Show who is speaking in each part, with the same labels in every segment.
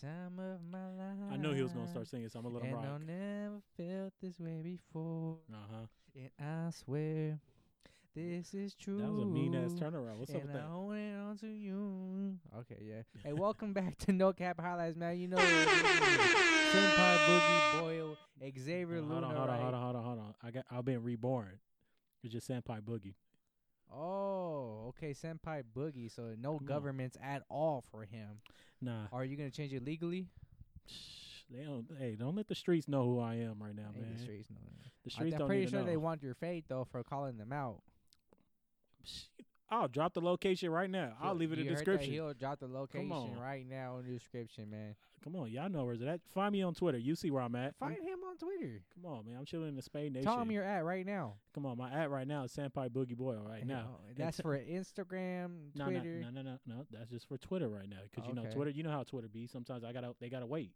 Speaker 1: time of my life.
Speaker 2: I know he was gonna start singing, so I'm gonna let him
Speaker 1: And I
Speaker 2: rock.
Speaker 1: never felt this way before.
Speaker 2: Uh huh.
Speaker 1: And I swear, this is true.
Speaker 2: That was a mean ass turnaround. What's up
Speaker 1: and
Speaker 2: with
Speaker 1: I
Speaker 2: that?
Speaker 1: hold it on to you. Okay, yeah. Hey, welcome back to No Cap Highlights, man. You know, what it is. Senpai Boogie Boyle, Xavier
Speaker 2: Uh,
Speaker 1: Luna.
Speaker 2: hold on, hold on,
Speaker 1: right?
Speaker 2: hold on, hold on, hold on. I got. I've been reborn. It's just Senpai Boogie.
Speaker 1: Oh, okay, Senpai Boogie. So no
Speaker 2: Come on.
Speaker 1: governments at all for him.
Speaker 2: Nah,
Speaker 1: Are you gonna change it legally?
Speaker 2: Shh, they don't. Hey, don't let the streets know who I am right now,
Speaker 1: Hey,
Speaker 2: man.
Speaker 1: the streets know that.
Speaker 2: The
Speaker 1: I,
Speaker 2: streets
Speaker 1: am
Speaker 2: don't
Speaker 1: pretty
Speaker 2: need
Speaker 1: sure
Speaker 2: to know.
Speaker 1: they want your fate though for calling them out.
Speaker 2: Psh, I'll drop the location right now. I'll
Speaker 1: He'll-
Speaker 2: leave it in
Speaker 1: you
Speaker 2: the
Speaker 1: heard that?
Speaker 2: description.
Speaker 1: He'll drop the location
Speaker 2: on.
Speaker 1: right now in the description, man.
Speaker 2: Come on, y'all know where's that. Find me on Twitter. You see where I'm at.
Speaker 1: Find
Speaker 2: I'm-
Speaker 1: him on Twitter.
Speaker 2: come on, man. I'm chilling in the Spade Nation.
Speaker 1: Tell him you're at right now.
Speaker 2: come on, my at right now is Senpai Boogie Boyle right now.
Speaker 1: Oh, that's
Speaker 2: t-
Speaker 1: for Instagram,
Speaker 2: No, no,
Speaker 1: Twitter.
Speaker 2: no, no, no, no. That's just for Twitter right now, because you know
Speaker 1: Okay.
Speaker 2: Twitter. You know how Twitter be. Sometimes I gotta, they gotta wait.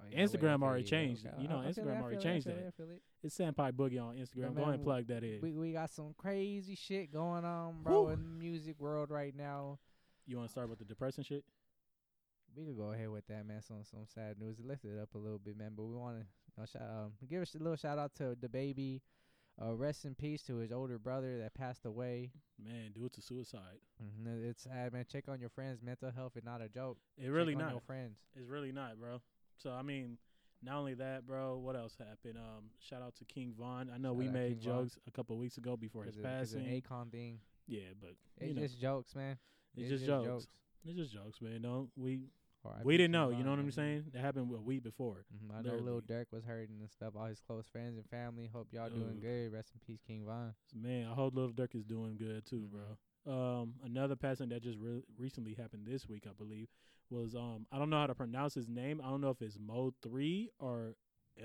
Speaker 1: Oh, yeah, wait,
Speaker 2: Instagram
Speaker 1: okay,
Speaker 2: already
Speaker 1: yeah,
Speaker 2: changed.
Speaker 1: okay. E,
Speaker 2: You know,
Speaker 1: I- I feel
Speaker 2: Instagram
Speaker 1: it, I
Speaker 2: already
Speaker 1: feel it, I
Speaker 2: changed
Speaker 1: feel it,
Speaker 2: that.
Speaker 1: I feel it.
Speaker 2: It's Senpai Boogie on Instagram.
Speaker 1: But
Speaker 2: Go ahead
Speaker 1: man,
Speaker 2: and plug that in.
Speaker 1: We we got some crazy shit going on, bro,
Speaker 2: Whew.
Speaker 1: in the music world right now.
Speaker 2: you want to start with the depressing shit?
Speaker 1: We could go ahead with that, man. Some some sad news. It lifted it up a little bit, man. But we want to you know, shout um, give us a little shout out to the baby. Uh, rest in peace to his older brother that passed away.
Speaker 2: Man, do it to suicide.
Speaker 1: Mhm, it- It's sad, man. Check on your friends. Mental health is not a joke.
Speaker 2: It really
Speaker 1: Check on
Speaker 2: not.
Speaker 1: your friends.
Speaker 2: It's really not, bro. So I mean, not only that, bro. What else happened? Um, shout out to King Von. I know
Speaker 1: Shout
Speaker 2: we
Speaker 1: out
Speaker 2: made
Speaker 1: King Von.
Speaker 2: jokes a couple weeks ago before his
Speaker 1: It's a- it's an
Speaker 2: passing.
Speaker 1: Akon thing.
Speaker 2: yeah, but you
Speaker 1: It's
Speaker 2: know,
Speaker 1: just jokes, man.
Speaker 2: it's just jokes. It's just jokes, man. Don't we?
Speaker 1: Or
Speaker 2: We didn't know. You know what I'm saying? That happened a week before.
Speaker 1: hmm I know Lil
Speaker 2: Literally.
Speaker 1: Durk was hurting and stuff. All his close friends and family. Hope y'all doing
Speaker 2: Ooh.
Speaker 1: good. Rest in peace, King Von.
Speaker 2: Man, I hope Little Dirk is doing good too, bro. Um, another passing that just re- recently happened this week, I believe, was um, I don't know how to pronounce his name. I don't know if it's Mo three or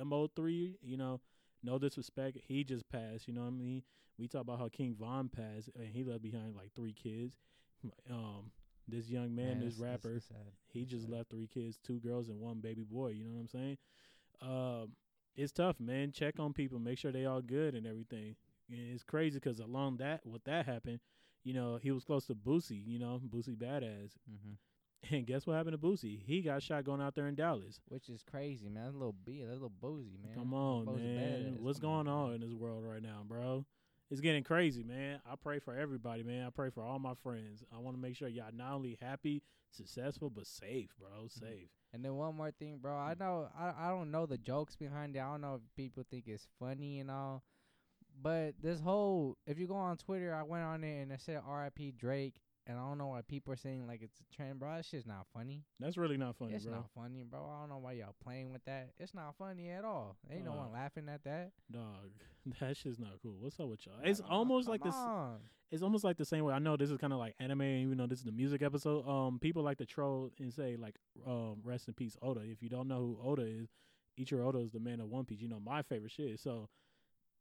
Speaker 2: Mo three. You know, no disrespect, he just passed. You know what I mean? We talk about how King Von passed, and he left behind like three kids. Um, this young man, this
Speaker 1: it's- it's-
Speaker 2: rapper,
Speaker 1: it's sad.
Speaker 2: he just
Speaker 1: Right.
Speaker 2: left three kids, two girls and one baby boy. You know what I'm saying? Um, it's tough, man. Check on people, make sure they all good and everything. And it's crazy because along that, what that happened, you know, he was close to Boosie. You know, Boosie badass.
Speaker 1: Mm-hmm.
Speaker 2: And guess what happened to Boosie? He got shot going out there in Dallas.
Speaker 1: Which is crazy, man. That little B, that little boozy, man.
Speaker 2: Come on,
Speaker 1: Bo's a
Speaker 2: man.
Speaker 1: badass.
Speaker 2: What's
Speaker 1: Come on,
Speaker 2: going on
Speaker 1: man.
Speaker 2: in this world right now, bro? It's getting crazy, man. I pray for everybody, man. I pray for all my friends. I want to make sure y'all not only happy, successful, but safe,
Speaker 1: Mm-hmm.
Speaker 2: bro. Safe.
Speaker 1: And then one more thing, bro.
Speaker 2: Mm.
Speaker 1: I know I, I don't know the jokes behind it. I don't know if people think it's funny and all. But this whole if you go on Twitter, I went on it and I said R.I.P. Drake and I don't know why people are saying like it's a trend, bro. That shit's not funny.
Speaker 2: That's really not funny,
Speaker 1: it's
Speaker 2: bro.
Speaker 1: not funny, bro. I don't know why y'all playing with that. It's not funny at all. Ain't no
Speaker 2: Uh,
Speaker 1: one laughing at that.
Speaker 2: Dog, that shit's not cool. What's up with y'all? It's
Speaker 1: Like,
Speaker 2: almost
Speaker 1: come
Speaker 2: like this.
Speaker 1: on.
Speaker 2: It's almost like the same way. I know this is kind of like anime, even though this is the music episode. Um, people like to troll and say like, um, rest in peace, Oda. If you don't know who Oda is, Ichiro Oda is the man of One Piece. You know my favorite shit. So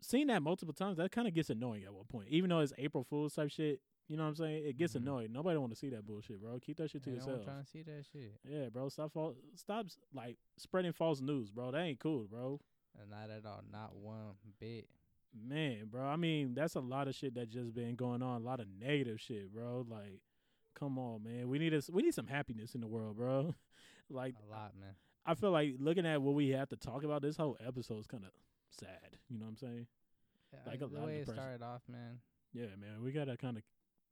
Speaker 2: seeing that multiple times, that kind of gets annoying at one point. Even though it's April Fool's type shit, you know what I'm saying? It gets
Speaker 1: Mhm.
Speaker 2: annoying. Nobody want to see that bullshit, bro. Keep that shit to
Speaker 1: Ain't no one
Speaker 2: yourself.
Speaker 1: trying to see that shit.
Speaker 2: yeah, bro. Stop. Fal- stop like spreading false news, bro. That ain't cool, bro.
Speaker 1: Uh, Not at all. Not one bit.
Speaker 2: Man, bro, I mean, that's a lot of shit that just been going on. A lot of negative shit, bro. Like, come on, man. We need us. We need some happiness in the world, bro. like,
Speaker 1: A lot, man.
Speaker 2: I feel like looking at what we have to talk about. This whole episode is kind of sad. You know what I'm saying?
Speaker 1: Yeah,
Speaker 2: Like
Speaker 1: I-
Speaker 2: a
Speaker 1: the
Speaker 2: lot of
Speaker 1: way it
Speaker 2: depression.
Speaker 1: started off, man.
Speaker 2: Yeah, man. We gotta kind of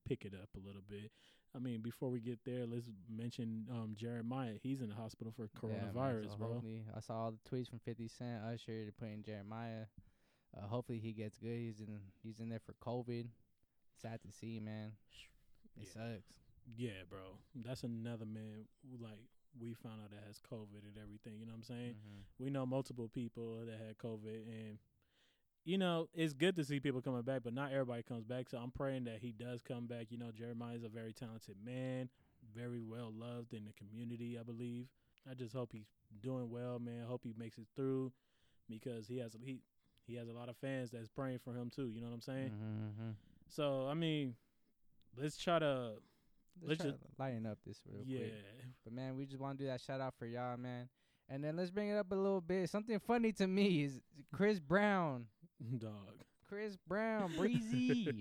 Speaker 2: pick it up a little bit. I mean, before we get there, let's mention um, Jeremiah. He's in the hospital for
Speaker 1: Yeah, man, so
Speaker 2: coronavirus, bro.
Speaker 1: hopefully- I saw all the tweets from 50 Cent, Usher, to put in Jeremiah. Uh, hopefully he gets good. He's in he's in there for COVID. Sad to see, man. It
Speaker 2: Yeah.
Speaker 1: sucks.
Speaker 2: Yeah, bro. That's another man. who, Like, we found out that has COVID and everything. You know what I'm saying?
Speaker 1: Mhm.
Speaker 2: we know multiple people that had COVID, and you know it's good to see people coming back, but not everybody comes back. So I'm praying that he does come back. You know, Jeremiah is a very talented man, very well loved in the community. I believe. I just hope he's doing well, man. I hope he makes it through because he has he he has a lot of fans that's praying for him too. You know what I'm saying?
Speaker 1: Mhm, mhm.
Speaker 2: So I mean, let's try to Let's
Speaker 1: Let's, try to lighten up this real
Speaker 2: yeah.
Speaker 1: quick. But man, we just want to do that shout out for y'all, man. And then let's bring it up a little bit. Something funny to me is Chris Brown.
Speaker 2: Dog,
Speaker 1: Chris Brown, breezy.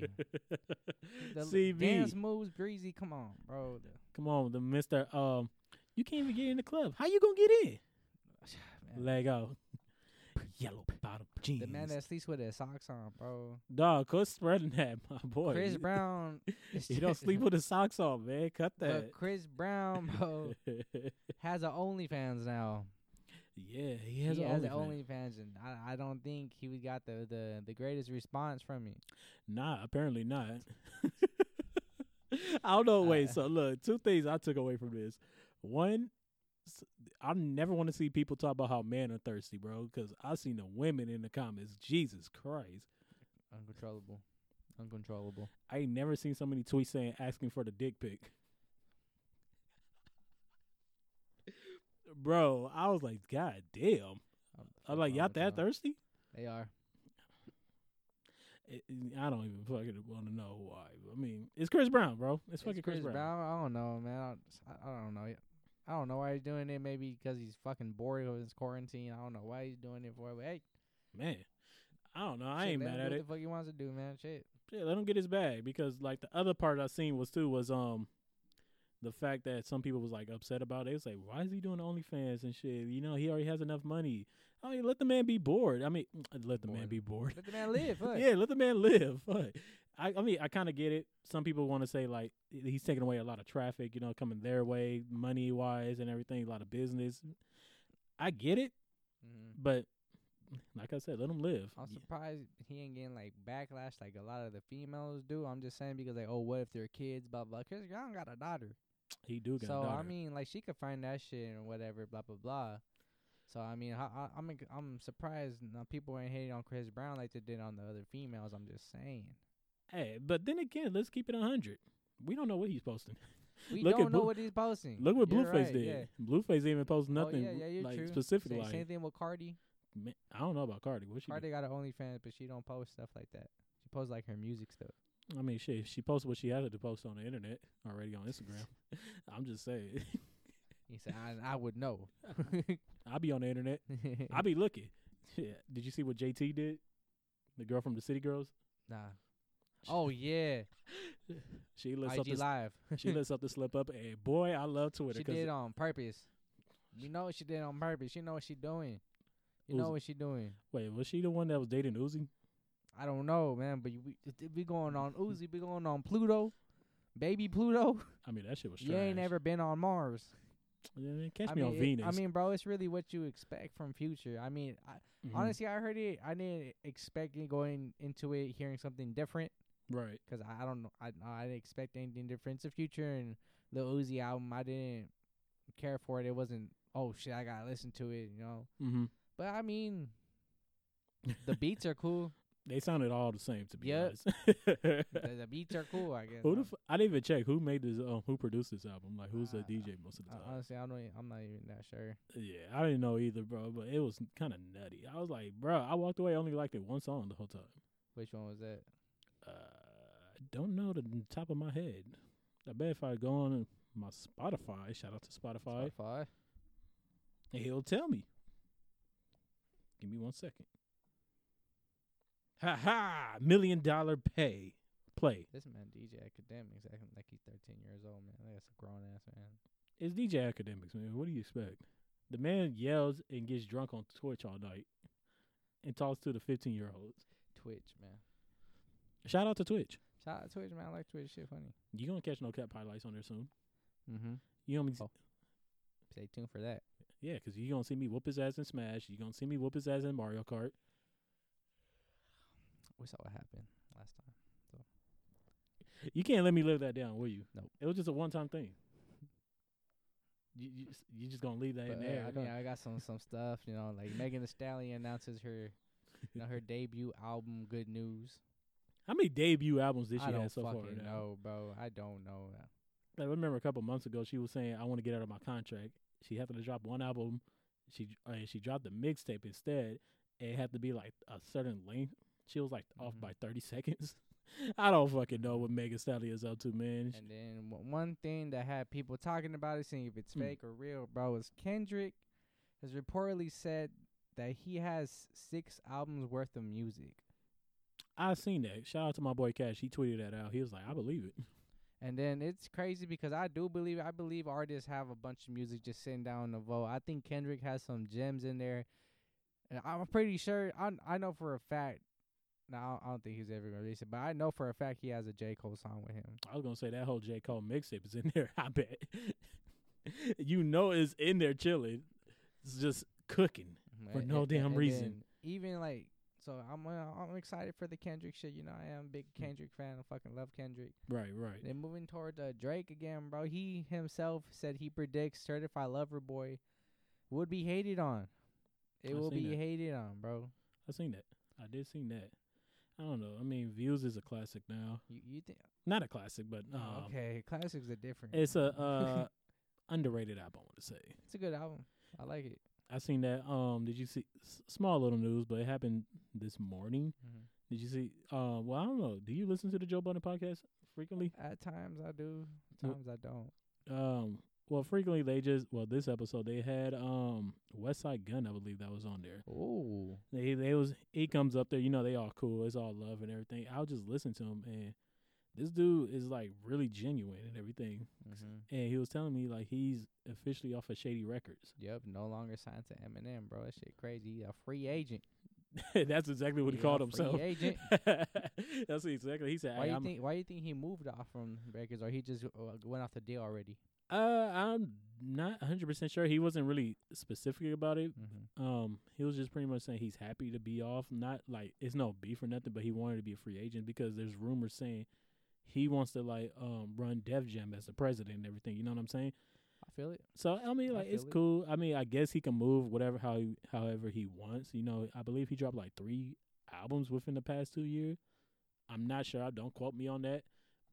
Speaker 1: the
Speaker 2: CB.
Speaker 1: dance moves, breezy. Come on, bro.
Speaker 2: Come on, the Mister um You can't even get in the club. How you gonna get in?
Speaker 1: Man,
Speaker 2: Lego. Yellow bottom jeans.
Speaker 1: the man that sleeps with his socks on, bro.
Speaker 2: Dog, quit spreading that, my boy.
Speaker 1: Chris
Speaker 2: You-
Speaker 1: Brown. is
Speaker 2: You don't
Speaker 1: just-
Speaker 2: sleep with his socks on, man. Cut that.
Speaker 1: But Chris Brown, bro, has a OnlyFans now.
Speaker 2: yeah, he has
Speaker 1: he
Speaker 2: an
Speaker 1: has a
Speaker 2: OnlyFans.
Speaker 1: OnlyFans, and I, I don't think he would got the, the, the greatest response from me.
Speaker 2: Nah, apparently not. I don't know. Wait,
Speaker 1: Uh,
Speaker 2: so look, two things I took away from this. One, s- I never want to see people talk about how men are thirsty, bro, because I seen the women in the comments. Jesus Christ.
Speaker 1: Uncontrollable, uncontrollable.
Speaker 2: I ain't never seen so many tweets saying asking for the dick pic. Bro, I was like, God damn. I'm like, y'all that thirsty?
Speaker 1: They are.
Speaker 2: I- I don't even fucking want to know why. I mean, it's Chris Brown, bro. It's,
Speaker 1: It's
Speaker 2: fucking Chris, Brown.
Speaker 1: I don't know, man. I don't, I- I don't know. I don't know why he's doing it. Maybe because he's fucking bored of his quarantine. I don't know why he's doing it for. But hey,
Speaker 2: Man, I don't know. I
Speaker 1: shit,
Speaker 2: ain't
Speaker 1: let
Speaker 2: mad
Speaker 1: him
Speaker 2: at
Speaker 1: do what
Speaker 2: it.
Speaker 1: The fuck he wants to do, man. Shit.
Speaker 2: Yeah, let him get his bag because like the other part I seen was too was um the fact that some people was like upset about it. It's like, why is he doing OnlyFans and shit? You know, he already has enough money. I mean, let the man be bored. I mean, let the man
Speaker 1: Bored.
Speaker 2: be bored.
Speaker 1: Let the man live. Fuck.
Speaker 2: yeah, let the man live. Fuck. I, I mean, I kind of get it. Some people want to say like he's taking away a lot of traffic, you know, coming their way, money wise and everything, a lot of business. I get it,
Speaker 1: Mhm.
Speaker 2: but like I said, let him live.
Speaker 1: I'm surprised he ain't getting like backlash like a lot of the females do. I'm just saying because like, oh, what if their kids, blah blah. Cause y'all don't got a daughter,
Speaker 2: He do got a
Speaker 1: so I
Speaker 2: daughter.
Speaker 1: mean, like she could find that shit and whatever, blah blah blah. So I mean, I, I, I'm inc- I'm surprised now people ain't hating on Chris Brown like they did on the other females. I'm just saying.
Speaker 2: Hey, but then again, let's keep it 100. We don't know what he's posting.
Speaker 1: We
Speaker 2: Look at
Speaker 1: don't know
Speaker 2: Blue-
Speaker 1: what he's posting.
Speaker 2: Look what
Speaker 1: You're
Speaker 2: Blueface
Speaker 1: right,
Speaker 2: did.
Speaker 1: yeah.
Speaker 2: Blueface didn't even post nothing
Speaker 1: oh, yeah, yeah, you're
Speaker 2: like
Speaker 1: true.
Speaker 2: specific.
Speaker 1: Same,
Speaker 2: like,
Speaker 1: same thing with Cardi.
Speaker 2: man, I don't know about Cardi. What she? do?
Speaker 1: Cardi got her OnlyFans, but she don't post stuff like that. She posts like her music stuff.
Speaker 2: I mean, shit. She posted what she had to post on the internet already on Instagram. I'm just saying.
Speaker 1: He said, "I, I would know."
Speaker 2: I be on the internet. I be looking. Yeah. Did you see what JT did? The girl from the City Girls.
Speaker 1: nah. Oh yeah,
Speaker 2: She lets up
Speaker 1: IG
Speaker 2: the
Speaker 1: live.
Speaker 2: she lets up the slip up, and boy, I love Twitter.
Speaker 1: she
Speaker 2: 'cause
Speaker 1: did uh, on purpose. You know what she did on purpose. You know what she doing. You know
Speaker 2: Uzi.
Speaker 1: what she doing.
Speaker 2: wait, was she the one that was dating Uzi?
Speaker 1: I don't know, man. But you- we if we going on Uzi. We going on Pluto, baby Pluto.
Speaker 2: I mean, that shit was. Trash.
Speaker 1: You ain't never been on Mars.
Speaker 2: Yeah, man, catch
Speaker 1: I
Speaker 2: me
Speaker 1: mean,
Speaker 2: on
Speaker 1: it-
Speaker 2: Venus.
Speaker 1: I mean, bro, it's really what you expect from Future. I mean, I,
Speaker 2: Mhm.
Speaker 1: honestly, I heard it. I didn't expect it going into it hearing something different
Speaker 2: right.
Speaker 1: 'cause I, I don't know. I I didn't expect anything different. It's the Future and the Uzi album. I didn't care for it. It wasn't. Oh shit! I gotta listen to it. You know.
Speaker 2: Mm-hmm.
Speaker 1: But I mean, the beats are cool.
Speaker 2: They sounded all the same to be
Speaker 1: Yep.
Speaker 2: honest.
Speaker 1: The, the beats are cool. I guess.
Speaker 2: who the
Speaker 1: I'm-
Speaker 2: f- I didn't even check who made this um, who produced this album. Like who's the
Speaker 1: Uh,
Speaker 2: DJ most of the
Speaker 1: I-
Speaker 2: time?
Speaker 1: honestly, I don't. e- I'm not even that sure.
Speaker 2: yeah, I didn't know either, bro. But it was kind of nutty. I was like, bro, I walked away only liked it one song the whole time.
Speaker 1: Which one was that?
Speaker 2: Uh, I don't know the n- top of my head. I bet if I go on my Spotify, shout out to Spotify,
Speaker 1: Spotify.
Speaker 2: he'll tell me. Give me one second. Ha ha! Million dollar pay play.
Speaker 1: This man DJ academics acting like he's 13 years old, man. That's a grown ass man.
Speaker 2: It's DJ Academics, man. What do you expect? The man yells and gets drunk on Twitch all night and talks to the 15 year olds.
Speaker 1: Twitch, man.
Speaker 2: Shout out to Twitch.
Speaker 1: Shout out to Twitch, man. I like Twitch shit funny.
Speaker 2: you going to catch no cat highlights on there soon.
Speaker 1: Mm-hmm.
Speaker 2: You know what I mean?
Speaker 1: Oh. Stay tuned for that.
Speaker 2: Yeah, because you going to see me whoop his ass in Smash. you going to see me whoop his ass in Mario Kart.
Speaker 1: We saw what happened last time.
Speaker 2: You can't let me live that down, will you?
Speaker 1: Nope.
Speaker 2: It was just a one time thing. You, you, s- you just going to leave that in
Speaker 1: But, uh,
Speaker 2: there.
Speaker 1: I mean, I got some some stuff, you know, like Megan Thee Stallion announces her, you know, her debut album, Good News.
Speaker 2: How many debut albums did she
Speaker 1: I don't
Speaker 2: have so far?
Speaker 1: fucking
Speaker 2: now?
Speaker 1: know, bro. I don't know.
Speaker 2: I remember a couple months ago she was saying I want to get out of my contract. She had to drop one album. She uh, she dropped the mixtape instead. It had to be like a certain length. She was like off
Speaker 1: Mhm.
Speaker 2: by thirty seconds. I don't fucking know what Megan Stallion is up to, man.
Speaker 1: And then w- one thing that had people talking about it, seeing if it's
Speaker 2: Mm.
Speaker 1: fake or real, bro, is Kendrick has reportedly said that he has six albums worth of music.
Speaker 2: I seen that. Shout out to my boy Cash. He tweeted that out. He was like, I believe it.
Speaker 1: And then it's crazy because I do believe I believe artists have a bunch of music just sitting down to vote. I think Kendrick has some gems in there, and I'm pretty sure I I know for a fact. Now I don't think he's ever gonna release it, but I know for a fact he has a J Cole song with him.
Speaker 2: I was gonna say that whole J Cole mixtape is in there. I bet you know it's in there chilling. It's just cooking. For
Speaker 1: Mm, And-
Speaker 2: no
Speaker 1: and-
Speaker 2: damn
Speaker 1: and
Speaker 2: reason.
Speaker 1: then Even like so, I'm uh, I'm excited for the Kendrick shit. You know, I am a big Kendrick fan. I fucking love Kendrick.
Speaker 2: Right, right.
Speaker 1: Then moving toward uh, Drake again, bro. He himself said he predicts Certified Lover Boy would be hated on. It
Speaker 2: I
Speaker 1: will
Speaker 2: seen
Speaker 1: be
Speaker 2: that.
Speaker 1: hated on, bro.
Speaker 2: I seen that. I did seen that. I don't know. I mean, Views is a classic now.
Speaker 1: You you think?
Speaker 2: Not a classic, but um,
Speaker 1: okay, classics are different.
Speaker 2: it's a uh, underrated album. I want to say.
Speaker 1: it's a good album. I like it.
Speaker 2: I seen that. Um, did you see? S- small little news, but it happened this morning. Did you see? Uh, well, I don't know. Do you listen to the Joe Budden podcast frequently?
Speaker 1: At times I do,
Speaker 2: Wh-
Speaker 1: times I don't.
Speaker 2: Um, well, frequently they just well this episode they had um West Side Gun, I believe that was on there.
Speaker 1: Ooh,
Speaker 2: They they was he comes up there, you know they all cool, it's all love and everything. I'll just listen to him and this dude is like really genuine and everything.
Speaker 1: Mm-hmm.
Speaker 2: And he was telling me like he's officially off of Shady Records.
Speaker 1: yep. No longer signed to Eminem, bro. That shit crazy. He's a free agent.
Speaker 2: That's exactly what he
Speaker 1: Yeah,
Speaker 2: called
Speaker 1: free
Speaker 2: himself.
Speaker 1: agent.
Speaker 2: That's exactly he said.
Speaker 1: Why
Speaker 2: "Hey,
Speaker 1: you
Speaker 2: I'm-
Speaker 1: think? Why you think he moved off from records, or he just uh, went off the deal already?
Speaker 2: uh, I'm not 100 percent sure. He wasn't really specific about it,
Speaker 1: Mm-hmm.
Speaker 2: um he was just pretty much saying he's happy to be off not like it's no beef or nothing but he wanted to be a free agent because there's rumors saying he wants to like um run def jam as the president and everything you know what i'm saying
Speaker 1: I feel it.
Speaker 2: so i mean
Speaker 1: I
Speaker 2: like it's
Speaker 1: feel it.
Speaker 2: cool i mean i guess he can move whatever how he, however he wants you know i believe he dropped like three albums within the past two years i'm not sure don't quote me on that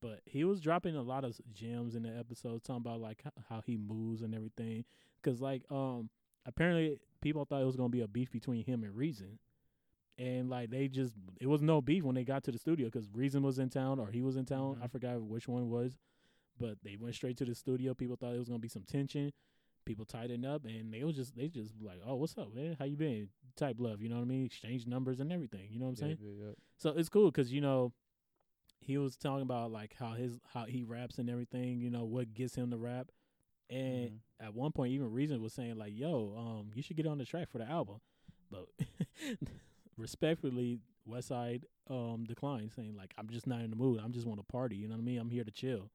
Speaker 2: but he was dropping a lot of s- gems in the episode talking about like h- how he moves and everything because like um apparently people thought it was gonna be a beef between him and Reason, and like they just it was no beef when they got to the studio because Reason was in town or he was in town. I
Speaker 1: Mhm.
Speaker 2: forgot which one was, but they went straight to the studio. People thought it was gonna be some tension. People tightened up and they was just they just like oh what's up man how you been type love you know what I mean exchange numbers and everything you know what I'm saying so it's cool because you know he was talking about like how his how he raps and everything. You know what gets him to rap,
Speaker 1: Mm-hmm.
Speaker 2: and at one point even Reason was saying like, "Yo, um, you should get on the track for the album," but respectfully, Westside um declined, saying like, "I'm just not in the mood. I'm just want to party. You know what I mean? I'm here to chill,"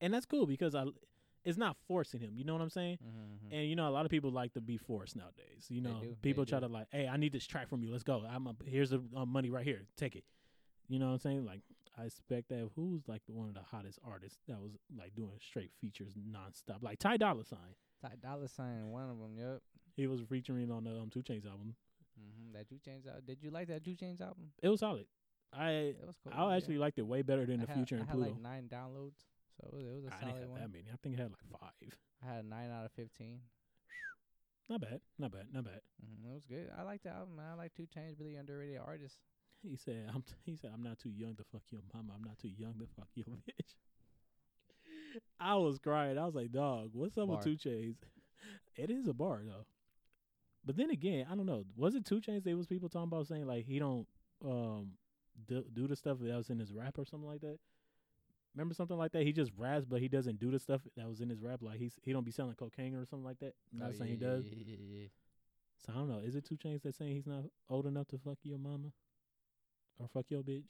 Speaker 2: and that's cool because I it's not forcing him. You know what I'm saying?
Speaker 1: Mm-hmm.
Speaker 2: And you know, a lot of people like to be forced nowadays. You
Speaker 1: They
Speaker 2: know,
Speaker 1: do, they
Speaker 2: people try
Speaker 1: do.
Speaker 2: to like, hey, I need this track from you. Let's go. I'm a, here's the uh, money right here. Take it. You know what I'm saying? Like, I expect that who's like one of the hottest artists that was like doing straight features nonstop, like Ty Dolla Sign.
Speaker 1: Ty Dolla Sign, one of them. Yep.
Speaker 2: He was featuring on the um, Two Chains album.
Speaker 1: Mm-hmm. That Two Chains album. Did you like that Two Chains album?
Speaker 2: It was solid. I
Speaker 1: It was cool.
Speaker 2: I
Speaker 1: Oh, yeah.
Speaker 2: actually liked it way better than
Speaker 1: I
Speaker 2: the
Speaker 1: had-
Speaker 2: Future
Speaker 1: I
Speaker 2: and
Speaker 1: had
Speaker 2: Pluto.
Speaker 1: like nine downloads, so it was, it was a
Speaker 2: I didn't
Speaker 1: solid
Speaker 2: have
Speaker 1: one.
Speaker 2: that many. I think I had like five.
Speaker 1: I had a nine out of 15
Speaker 2: Not bad. Not bad. Not bad.
Speaker 1: Mm-hmm. It was good. I like the album. Man. I like Two Chains, really underrated artist.
Speaker 2: He said, "I'm." T- he said, "I'm not too young to fuck your mama. I'm not too young to fuck your bitch." I was crying. I was like, "Dog, what's up
Speaker 1: Bar.
Speaker 2: with Two Chains?" It is a bar though. But then again, I don't know. Was it Two Chains? They was people talking about saying like he don't um do, do the stuff that was in his rap or something like that. Remember something like that? He just raps, but he doesn't do the stuff that was in his rap. Like he's he don't be selling cocaine or something like that. Not saying he does.
Speaker 1: Oh, Yeah, yeah, yeah, yeah.
Speaker 2: So I don't know. Is it Two Chains that's saying he's not old enough to fuck your mama or fuck your bitch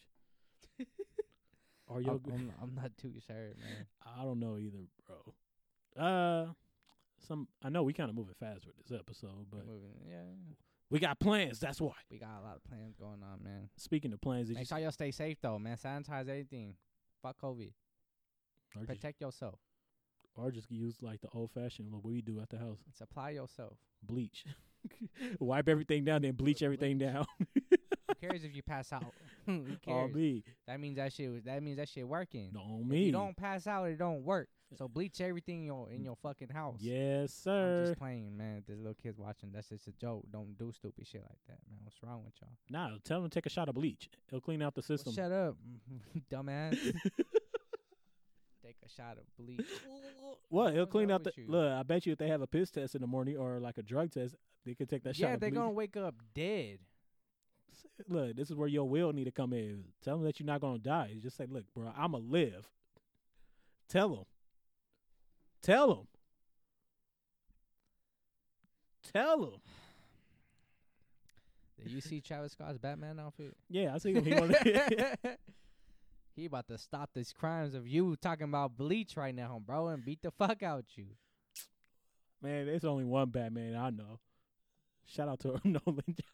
Speaker 2: or your?
Speaker 1: I'm,
Speaker 2: gr-
Speaker 1: I'm, I'm not too sure, man.
Speaker 2: I don't know either, bro. Uh, some I know we kind of moving fast with this episode, but
Speaker 1: Moving, yeah, yeah.
Speaker 2: we got plans. That's why.
Speaker 1: we got a lot of plans going on, man.
Speaker 2: Speaking of plans, did you,
Speaker 1: Make sure y'all stay safe though, man. Sanitize everything. Fuck COVID.
Speaker 2: or, just,
Speaker 1: Protect yourself.
Speaker 2: or just use like the old fashioned what we do at the house?
Speaker 1: Supply yourself.
Speaker 2: Bleach. Wipe everything down, then bleach everything
Speaker 1: Bleach.
Speaker 2: down.
Speaker 1: Who cares if you pass out? Who
Speaker 2: on
Speaker 1: cares?
Speaker 2: me,
Speaker 1: That means that shit. was- That means that shit working.
Speaker 2: on
Speaker 1: If
Speaker 2: me.
Speaker 1: you don't pass out, it don't work. So bleach everything in your in your fucking house.
Speaker 2: yes,
Speaker 1: I'm
Speaker 2: sir.
Speaker 1: just playing, man. If there's little kids watching, that's just a joke. Don't do stupid shit like that, man. What's wrong with y'all?
Speaker 2: Nah, tell them to take a shot of bleach. It'll clean out the
Speaker 1: Well,
Speaker 2: system.
Speaker 1: shut up, dumbass. Take a shot of bleach.
Speaker 2: Well, it'll
Speaker 1: What's
Speaker 2: clean
Speaker 1: wrong
Speaker 2: out the
Speaker 1: with you?
Speaker 2: look. I bet you if they have a piss test in the morning or like a drug test, they could take that shot.
Speaker 1: yeah,
Speaker 2: of
Speaker 1: they're
Speaker 2: bleach.
Speaker 1: gonna wake up dead.
Speaker 2: look. This is where your will need to come in. Tell them that you're not gonna die. Just say, look, bro, I'ma live. Tell him. Tell him. Tell him.
Speaker 1: Did you see Travis Scott's Batman outfit?
Speaker 2: Yeah, I see him. He wanna-
Speaker 1: he about to stop these crimes of you talking about bleach right now, bro, and beat the fuck out you.
Speaker 2: Man, there's only one Batman I know. Shout out to Nolan.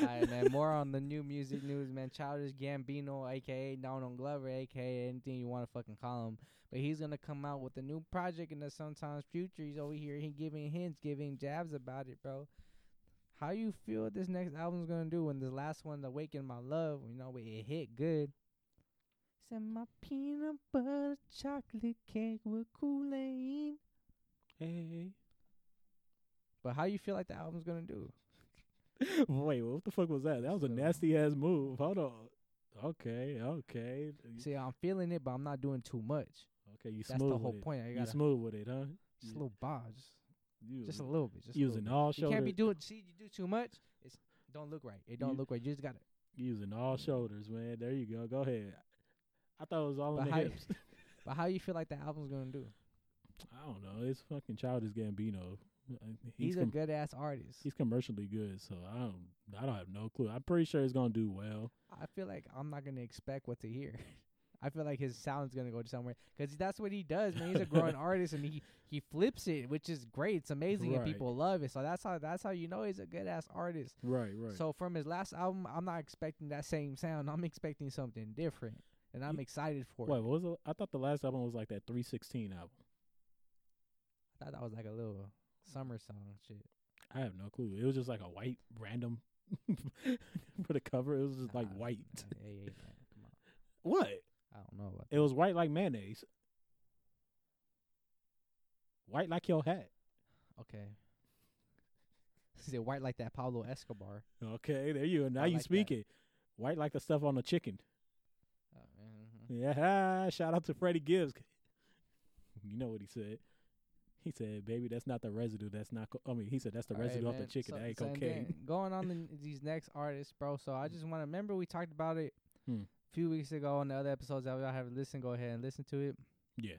Speaker 1: All right, man. More on the new music news, man. Childish Gambino, aka Donald Glover, aka anything you want to fucking call him, but he's gonna come out with a new project in the sometimes future. He's over here, he giving hints, giving jabs about it, bro. How you feel this next album's gonna do when this last one, Awaken My Love, you know, it hit good. Said my peanut butter chocolate cake with Kool Aid.
Speaker 2: Hey.
Speaker 1: But how you feel like the album's gonna do?
Speaker 2: Wait, what the fuck was that? That was a
Speaker 1: So-
Speaker 2: nasty ass move. Hold on. Okay, okay.
Speaker 1: See, I'm feeling it, but I'm not doing too much.
Speaker 2: Okay, you
Speaker 1: That's
Speaker 2: smooth
Speaker 1: the whole
Speaker 2: with
Speaker 1: point. I
Speaker 2: it. You
Speaker 1: gotta
Speaker 2: smooth with it, huh?
Speaker 1: just a little bars.
Speaker 2: You
Speaker 1: Just a little bit. Just a little
Speaker 2: using
Speaker 1: bit.
Speaker 2: all
Speaker 1: You can't
Speaker 2: shoulders.
Speaker 1: be doing. See, you do too much. It's don't look right. It don't
Speaker 2: You-
Speaker 1: look right. You just got to
Speaker 2: using all shoulders, man. There you go. Go ahead. I thought it was all in
Speaker 1: But
Speaker 2: the
Speaker 1: how-
Speaker 2: hips.
Speaker 1: But how you feel like the album's gonna do?
Speaker 2: I don't know. It's fucking childish Gambino. Uh,
Speaker 1: He's,
Speaker 2: He's
Speaker 1: a
Speaker 2: com-
Speaker 1: good ass artist.
Speaker 2: he's commercially good, so I don't I don't have no clue. I'm pretty sure he's gonna do well.
Speaker 1: I feel like I'm not gonna expect what to hear. I feel like his sound's gonna go to somewhere because that's what he does. Man, he's a growing artist and he he flips it, which is great. It's amazing and
Speaker 2: Right.
Speaker 1: people love it. So that's how that's how you know he's a good ass artist.
Speaker 2: Right, right.
Speaker 1: So from his last album, I'm not expecting that same sound. I'm expecting something different, and I'm
Speaker 2: Ye-
Speaker 1: excited for
Speaker 2: Wait,
Speaker 1: it.
Speaker 2: what was the, I thought the last album was like that 316 album.
Speaker 1: I thought that was like a little summer song shit.
Speaker 2: I have no clue. It was just like a white random for the cover. It was just like
Speaker 1: Nah,
Speaker 2: white.
Speaker 1: nah, Hey, hey, man, come on.
Speaker 2: What?
Speaker 1: I don't know. About
Speaker 2: It was white like mayonnaise. White like your hat.
Speaker 1: that. Okay. Is it white like that Pablo Escobar?
Speaker 2: Okay, there you go. Now
Speaker 1: I
Speaker 2: you
Speaker 1: like that.
Speaker 2: speak it. White like the stuff on the chicken.
Speaker 1: Oh, mhm.
Speaker 2: Yeah, shout out to Freddie Gibbs. You know what he said? He said, "Baby, that's not the residue. That's not. Co- I mean, he said that's the
Speaker 1: All right,
Speaker 2: residue off the
Speaker 1: man,
Speaker 2: chicken.
Speaker 1: so-
Speaker 2: that ain't
Speaker 1: so and
Speaker 2: cocaine."
Speaker 1: then Going on the, these next artists, bro. So I just want to remember we talked about it
Speaker 2: Hmm.
Speaker 1: a few weeks ago on the other episodes that y'all haven't listened. Go ahead and listen to it.
Speaker 2: Yeah.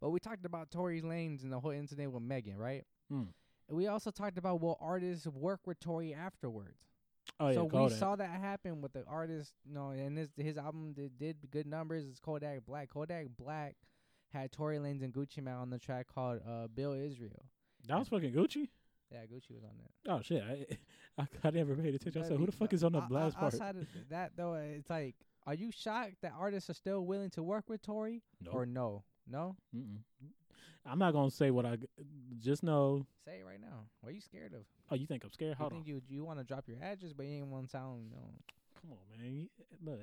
Speaker 1: But we talked about Tory Lanez and the whole incident with Megan, right?
Speaker 2: Hmm.
Speaker 1: And we also talked about will artists work with Tory afterwards.
Speaker 2: Oh yeah,
Speaker 1: so we
Speaker 2: call that.
Speaker 1: saw that happen with the artist, you know, and his his album did, did good numbers. It's Kodak Black. Kodak Black had Tory Lanez and Gucci Mane on the track called uh, "Bill Israel."
Speaker 2: that was fucking Gucci.
Speaker 1: Yeah, Gucci was on that.
Speaker 2: Oh shit, I, I, I never paid attention. I said,
Speaker 1: But
Speaker 2: "Who
Speaker 1: we-
Speaker 2: the fuck
Speaker 1: but
Speaker 2: is on the
Speaker 1: o- o-
Speaker 2: last part?"
Speaker 1: Outside of that, though, uh, it's like, are you shocked that artists are still willing to work with Tory
Speaker 2: No,
Speaker 1: or no? No,
Speaker 2: Mm-mm. I'm not gonna say what I g- just know.
Speaker 1: say it right now. What are you scared of?
Speaker 2: Oh, you think I'm scared?
Speaker 1: You
Speaker 2: Hold on,
Speaker 1: think you you want to drop your address, but you ain't want to sound. No,
Speaker 2: come on, man. You- Look,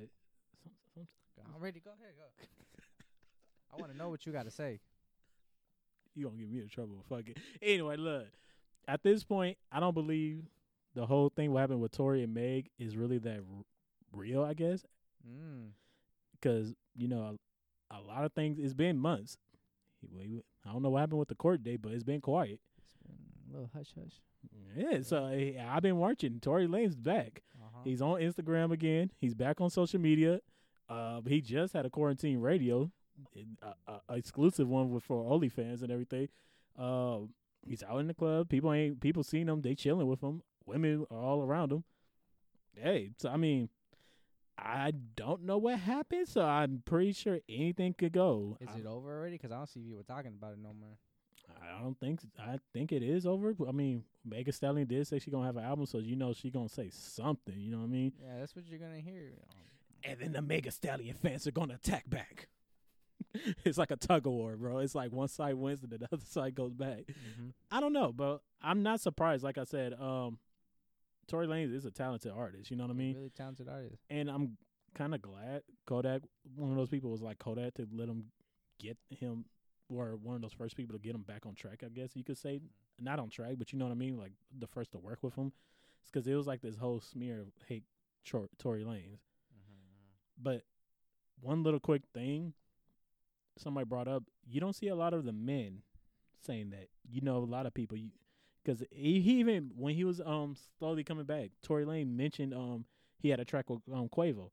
Speaker 2: some, some,
Speaker 1: I'm ready. Go ahead, go. I want to know what you got to say.
Speaker 2: you gonna get me in trouble. Fuck it. Anyway, look. At this point, I don't believe the whole thing what happened with Tori and Meg is really that r- real. I guess
Speaker 1: Mm.
Speaker 2: because you know a, a lot of things. It's been months. He- we- I don't know what happened with the court date, but it's been quiet.
Speaker 1: It's been a little hush hush.
Speaker 2: Yeah, so eh, I've been watching. Tory Lane's back.
Speaker 1: Uh-huh.
Speaker 2: He's on Instagram again. He's back on social media. Uh, he just had a quarantine radio, uh, uh, exclusive one with for OnlyFans and everything. Uh, he's out in the club. People ain't people seen him. They chilling with him. Women are all around him. Hey, so I mean, I don't know what happened, so I'm pretty sure anything could go.
Speaker 1: Is
Speaker 2: I,
Speaker 1: it over already? 'Cause I don't see people talking about it no more.
Speaker 2: I don't think I think it is over. I mean, Megan Stallion did say she gonna have an album, so you know she gonna say something. You know what I mean?
Speaker 1: Yeah, that's what you're gonna hear.
Speaker 2: and then the Mega Stallion fans are gonna attack back. it's like a tug of war, bro. It's like one side wins and then the other side goes back.
Speaker 1: Mm-hmm.
Speaker 2: I don't know, but I'm not surprised. Like I said, um, Tory Lanez is a talented artist. You know what I mean?
Speaker 1: really talented artist.
Speaker 2: And I'm kind of glad Kodak, one of those people, was like Kodak to let him get him, or one of those first people to get him back on track. I guess you could say not on track, but you know what I mean. Like the first to work with him, because it was like this whole smear of hate Tor- Tory Lanez. But one little quick thing somebody brought up, you don't see a lot of the men saying that. You know, a lot of people, you, because he, he even when he was um slowly coming back, Tory Lane mentioned um he had a track with um Quavo.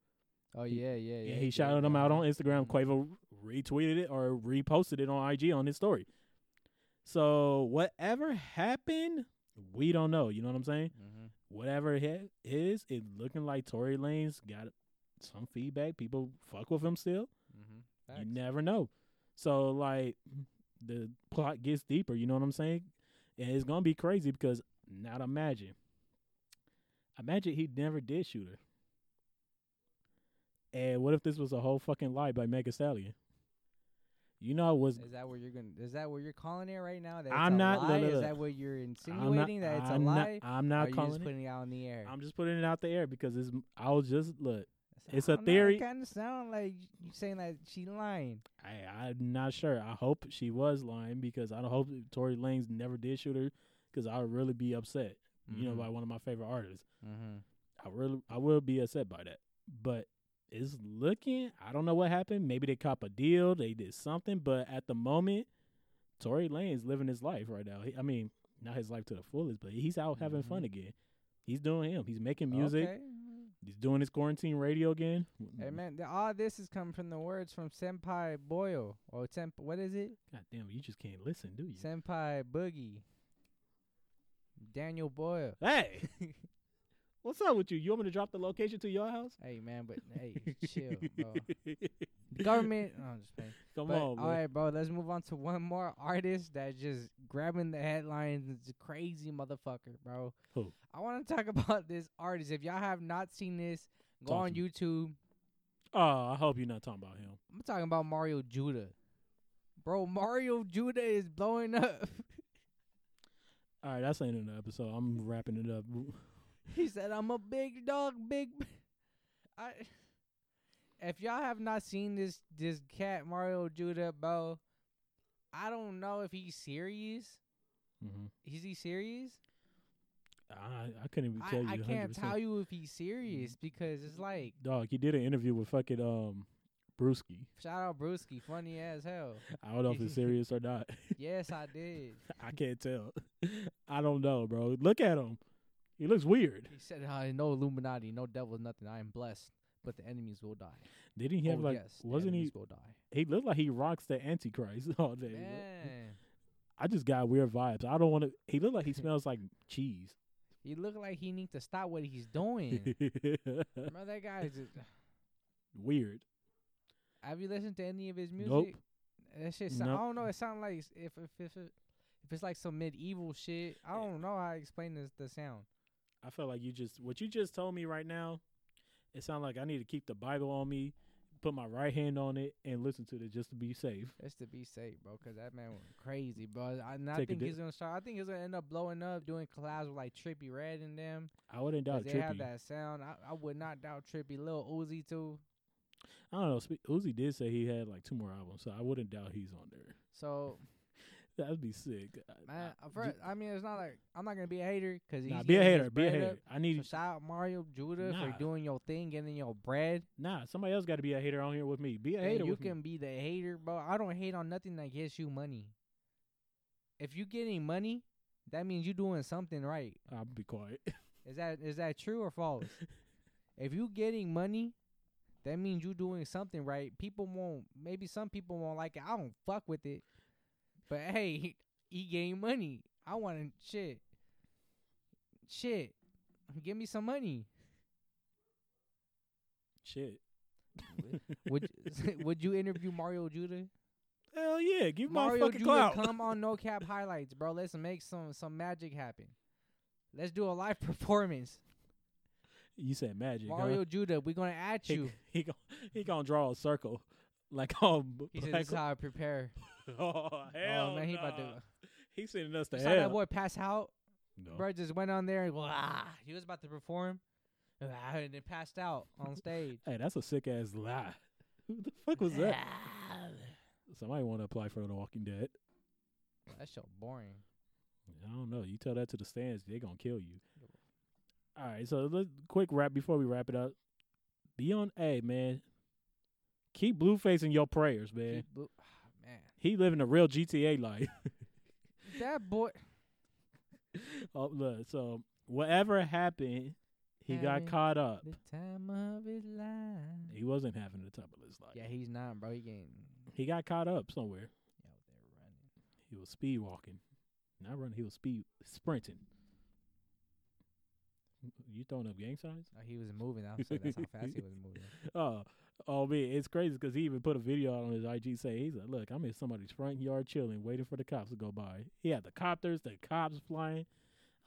Speaker 1: Oh
Speaker 2: He-
Speaker 1: yeah, yeah, yeah.
Speaker 2: Yeah, he shouted him out on Instagram.
Speaker 1: Mhm.
Speaker 2: Quavo retweeted it or reposted it on IG on his story. So whatever happened, we don't know. You know what I'm saying?
Speaker 1: Mm-hmm.
Speaker 2: Whatever it ha- is, it looking like Tory Lane's got some feedback. People fuck with him still.
Speaker 1: Mm-hmm.
Speaker 2: You never know. So like the plot gets deeper, you know what I'm saying? And it's gonna be crazy because not imagine. Imagine he never did shoot her. And what if this was a whole fucking lie by Megan Stallion? You know what's
Speaker 1: Is that where you're gonna? Is that where you're calling it right now? That it's
Speaker 2: I'm
Speaker 1: a
Speaker 2: not- look,
Speaker 1: Lie?
Speaker 2: look,
Speaker 1: Is
Speaker 2: look.
Speaker 1: that where you're
Speaker 2: I'm not,
Speaker 1: insinuating that it's
Speaker 2: I'm
Speaker 1: a
Speaker 2: not-
Speaker 1: lie?
Speaker 2: I'm
Speaker 1: or
Speaker 2: not
Speaker 1: you
Speaker 2: calling
Speaker 1: just
Speaker 2: it.
Speaker 1: putting it out in the air.
Speaker 2: I'm just putting it out the air because it's I was just look, it's
Speaker 1: a
Speaker 2: a theory.
Speaker 1: Kind of sound like you saying that she lying.
Speaker 2: I, I'm not sure. I hope she was lying because I don't hope Tory Lanez never did shoot her because I would really be upset. You know, by one of my favorite artists.
Speaker 1: Mm-hmm.
Speaker 2: I really, I will be upset by that. But it's looking. I don't know what happened. Maybe they cop a deal. They did something. But at the moment, Tory Lanez living his life right now. He, I mean, not his life to the fullest, but he's out having
Speaker 1: Mhm.
Speaker 2: fun again. He's doing him. He's making music.
Speaker 1: Okay.
Speaker 2: He's doing his quarantine radio again.
Speaker 1: Hey man, th- all this is coming from the words from Senpai Boyle or Temp. What is it?
Speaker 2: God damn, you just can't listen, do you?
Speaker 1: Senpai Boogie. Daniel Boyle.
Speaker 2: Hey. What's up with you? You want me to drop the location to your house?
Speaker 1: Hey man, but hey, chill, bro. The government. Oh, I'm just playing.
Speaker 2: Come
Speaker 1: But,
Speaker 2: on,
Speaker 1: all
Speaker 2: man.
Speaker 1: right, bro. Let's move on to one more artist that's just grabbing the headlines. It's a crazy motherfucker, bro.
Speaker 2: Who?
Speaker 1: I want to talk about this artist. If y'all have not seen this, go
Speaker 2: Talk
Speaker 1: on
Speaker 2: to
Speaker 1: YouTube.
Speaker 2: Oh, I hope you're not talking about him.
Speaker 1: I'm talking about Mario Judah, bro. Mario Judah is blowing up.
Speaker 2: All right, that's the end of the episode. I'm wrapping it up.
Speaker 1: he said, "I'm a big dog, big." b-" I. If y'all have not seen this this cat Mario Judah, bro, I don't know if he's serious.
Speaker 2: hmm
Speaker 1: Is he serious?
Speaker 2: I, I couldn't even tell
Speaker 1: I,
Speaker 2: you. 100%.
Speaker 1: I can't tell you if he's serious because it's like
Speaker 2: Dog, he did an interview with fucking um Brewski.
Speaker 1: shout out Brewski, funny as hell.
Speaker 2: I don't know if it's serious or not.
Speaker 1: yes, I did.
Speaker 2: I can't tell. I don't know, bro. Look at him. He looks weird.
Speaker 1: He said, uh, "No Illuminati, no devils, nothing. I am blessed, but the enemies will die."
Speaker 2: Didn't he have
Speaker 1: oh,
Speaker 2: like?
Speaker 1: yes, the
Speaker 2: wasn't
Speaker 1: enemies
Speaker 2: he?
Speaker 1: Will die.
Speaker 2: He looked like he rocks the Antichrist Oh, all day.
Speaker 1: Man,
Speaker 2: I just got weird vibes. I don't want to. He looked like he smells like cheese.
Speaker 1: he look like he need to stop what he's doing. Bro, that guy is just.
Speaker 2: Weird.
Speaker 1: Have you listened to any of his music?
Speaker 2: Nope.
Speaker 1: That shit. Sound,
Speaker 2: Nope.
Speaker 1: I don't know. It sounds like s- if if if it, if it's like some medieval shit. I don't know how to explain this the sound.
Speaker 2: I felt like you just what you just told me right now. It sounded like I need to keep the Bible on me, put my right hand on it, and listen to it just to be safe.
Speaker 1: Just to be safe, bro, 'cause that man went crazy, bro. I, and I
Speaker 2: Take a
Speaker 1: think
Speaker 2: dip.
Speaker 1: he's gonna start. I think he's gonna end up blowing up, doing collabs with like Trippy Red and them,
Speaker 2: I wouldn't
Speaker 1: 'cause
Speaker 2: doubt
Speaker 1: they have
Speaker 2: Trippy.
Speaker 1: that sound. I, I would not doubt Trippy, Lil Uzi too.
Speaker 2: I don't know. Spe- Uzi did say he had like two more albums, so I wouldn't doubt he's on there.
Speaker 1: So,
Speaker 2: That'd be sick. I-
Speaker 1: man,
Speaker 2: I-
Speaker 1: for,
Speaker 2: ju-
Speaker 1: I mean, it's not like I'm not gonna be a hater, 'cause he's
Speaker 2: nah, be a
Speaker 1: getting his
Speaker 2: hater. Be a
Speaker 1: bread
Speaker 2: hater.
Speaker 1: up.
Speaker 2: I
Speaker 1: So
Speaker 2: need
Speaker 1: shout out Mario Judah for
Speaker 2: Nah.
Speaker 1: doing your thing, getting your bread.
Speaker 2: nah. Somebody else got to be a hater on here with me. Be a
Speaker 1: And
Speaker 2: hater.
Speaker 1: you
Speaker 2: with me.
Speaker 1: can be the hater, bro. I don't hate on nothing that gets you money. If you getting money, that means you doing something right.
Speaker 2: I'll be quiet.
Speaker 1: Is that is that true or false? if you getting money, that means you doing something right. People won't maybe some people won't like it. I don't fuck with it. But hey, he getting money. I want to shit. Shit. Give me some money.
Speaker 2: Shit.
Speaker 1: Would would you interview Mario Judah?
Speaker 2: Hell yeah! Give my
Speaker 1: Mario
Speaker 2: fucking
Speaker 1: Judah
Speaker 2: clout.
Speaker 1: come on no cap highlights, bro. Let's make some some magic happen. Let's do a live performance.
Speaker 2: You said magic.
Speaker 1: Mario
Speaker 2: huh?
Speaker 1: Judah, we're gonna at
Speaker 2: He,
Speaker 1: you.
Speaker 2: he gon- he gonna draw a circle like on
Speaker 1: He said
Speaker 2: Black
Speaker 1: this is how I prepare.
Speaker 2: Oh hell!
Speaker 1: oh man, he
Speaker 2: nah.
Speaker 1: about to
Speaker 2: He sending us to
Speaker 1: Saw that
Speaker 2: hell.
Speaker 1: boy pass out.
Speaker 2: No.
Speaker 1: Bro just went on there and wah, he was about to perform. ah, and then passed out on stage.
Speaker 2: Hey, that's a sick ass lie. Who the fuck was that?
Speaker 1: Ah,
Speaker 2: Somebody want to apply for The Walking Dead?
Speaker 1: That shit boring.
Speaker 2: I don't know. You tell that to the stands, they gonna kill you. All right, so let quick wrap before we wrap it up. Be on, hey man. Keep Blueface in your prayers, man.
Speaker 1: Keep bo- man.
Speaker 2: He living a real GTA life.
Speaker 1: That boy
Speaker 2: oh, look, so whatever happened, he got
Speaker 1: Having
Speaker 2: caught up.
Speaker 1: The time of his life.
Speaker 2: He wasn't having the time of his life.
Speaker 1: Yeah, he's not, bro. He getting.
Speaker 2: He got caught up somewhere.
Speaker 1: Yo, they're running.
Speaker 2: He was speed walking, not running. He was speed sprinting. You throwing up gang signs?
Speaker 1: Oh, he was moving. I was saying that's how fast he was moving.
Speaker 2: Oh, oh man, it's crazy because he even put a video out on his IG saying he's like, "Look, I'm in somebody's front yard chilling, waiting for the cops to go by." He had the copters, the cops flying.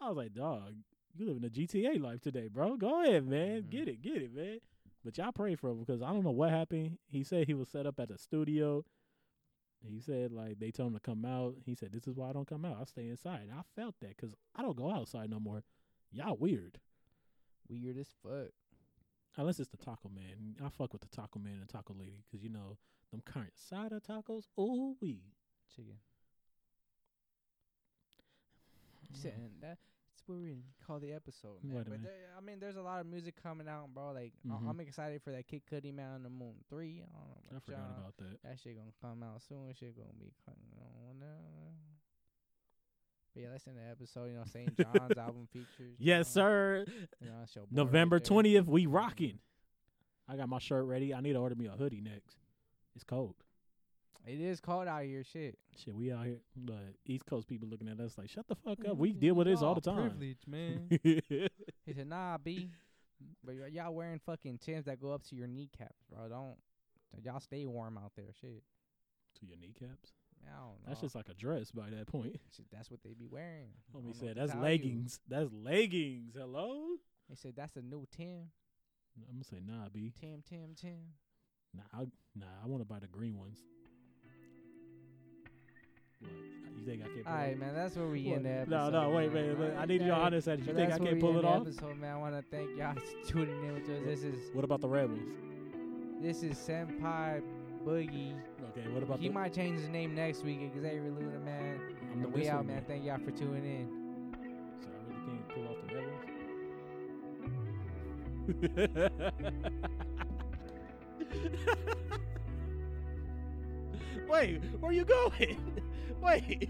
Speaker 2: I was like, "Dog, you living the GTA life today, bro? Go ahead, man,
Speaker 1: Mhm.
Speaker 2: get it, get it, man." But y'all pray for him because I don't know what happened. He said he was set up at the studio. He said like they told him to come out. He said, "This is why I don't come out. I stay inside." And I felt that because I don't go outside no more. Y'all weird.
Speaker 1: Weird as fuck.
Speaker 2: Unless it's the taco man. I fuck with the taco man and taco lady 'cause you know, them current side of tacos. Ooh, wee.
Speaker 1: Chicken. Sitting that. It's what we call the episode, man.
Speaker 2: Wait a
Speaker 1: but
Speaker 2: minute.
Speaker 1: there- I mean, there's a lot of music coming out, bro. Like I-
Speaker 2: Mhm.
Speaker 1: I'm excited for that Kid Cudi Man on the Moon three. I don't know
Speaker 2: I
Speaker 1: about
Speaker 2: forgot
Speaker 1: y'all.
Speaker 2: about that.
Speaker 1: that shit gonna come out soon. Shit gonna be coming on now. But yeah, that's in the episode. You know, St. John's album features.
Speaker 2: Yes,
Speaker 1: you know,
Speaker 2: sir.
Speaker 1: You know, that's your boy right
Speaker 2: November
Speaker 1: there.
Speaker 2: 20th, we rocking. I got my shirt ready. I need to order me a hoodie next. It's cold.
Speaker 1: It is cold out here. Shit.
Speaker 2: Shit, we out here. But East Coast people looking at us like, shut the fuck up.
Speaker 1: Mm-hmm.
Speaker 2: We deal with this all the time.
Speaker 1: Privilege, man. he said, "Nah, b, but y- y'all wearing fucking Tims that go up to your kneecaps, bro. Don't y'all stay warm out there. Shit.
Speaker 2: to your kneecaps.
Speaker 1: I don't know.
Speaker 2: That's just like a dress by that point.
Speaker 1: Shit, that's what they be wearing. I
Speaker 2: Homie
Speaker 1: don't know what
Speaker 2: said,
Speaker 1: to
Speaker 2: that's
Speaker 1: tell you.
Speaker 2: leggings. That's leggings. Hello?
Speaker 1: They said that's a new Tim.
Speaker 2: I'm going to say, nah, B.
Speaker 1: Tim, Tim, Tim.
Speaker 2: Nah, I, nah, I want to buy the green ones. What? You think I can't?
Speaker 1: All right, man. That's where we end the
Speaker 2: What?
Speaker 1: episode.
Speaker 2: No, no, wait,
Speaker 1: man.
Speaker 2: man. Look, I need
Speaker 1: Okay.
Speaker 2: your honest answer. You
Speaker 1: But
Speaker 2: think I
Speaker 1: that's where
Speaker 2: can't
Speaker 1: we
Speaker 2: pull
Speaker 1: end
Speaker 2: it
Speaker 1: the
Speaker 2: off?
Speaker 1: Episode, man. I want to thank y'all for tuning in with us. This is
Speaker 2: What about the red ones?
Speaker 1: this is Senpai Boogie.
Speaker 2: Okay, what about
Speaker 1: He
Speaker 2: the?
Speaker 1: might change his name next week, Xavier Luna, man.
Speaker 2: I'm the
Speaker 1: And we
Speaker 2: this
Speaker 1: out,
Speaker 2: one,
Speaker 1: man. Thank y'all for tuning in.
Speaker 2: So I really can't pull off the red ones. wait, where you going? Wait.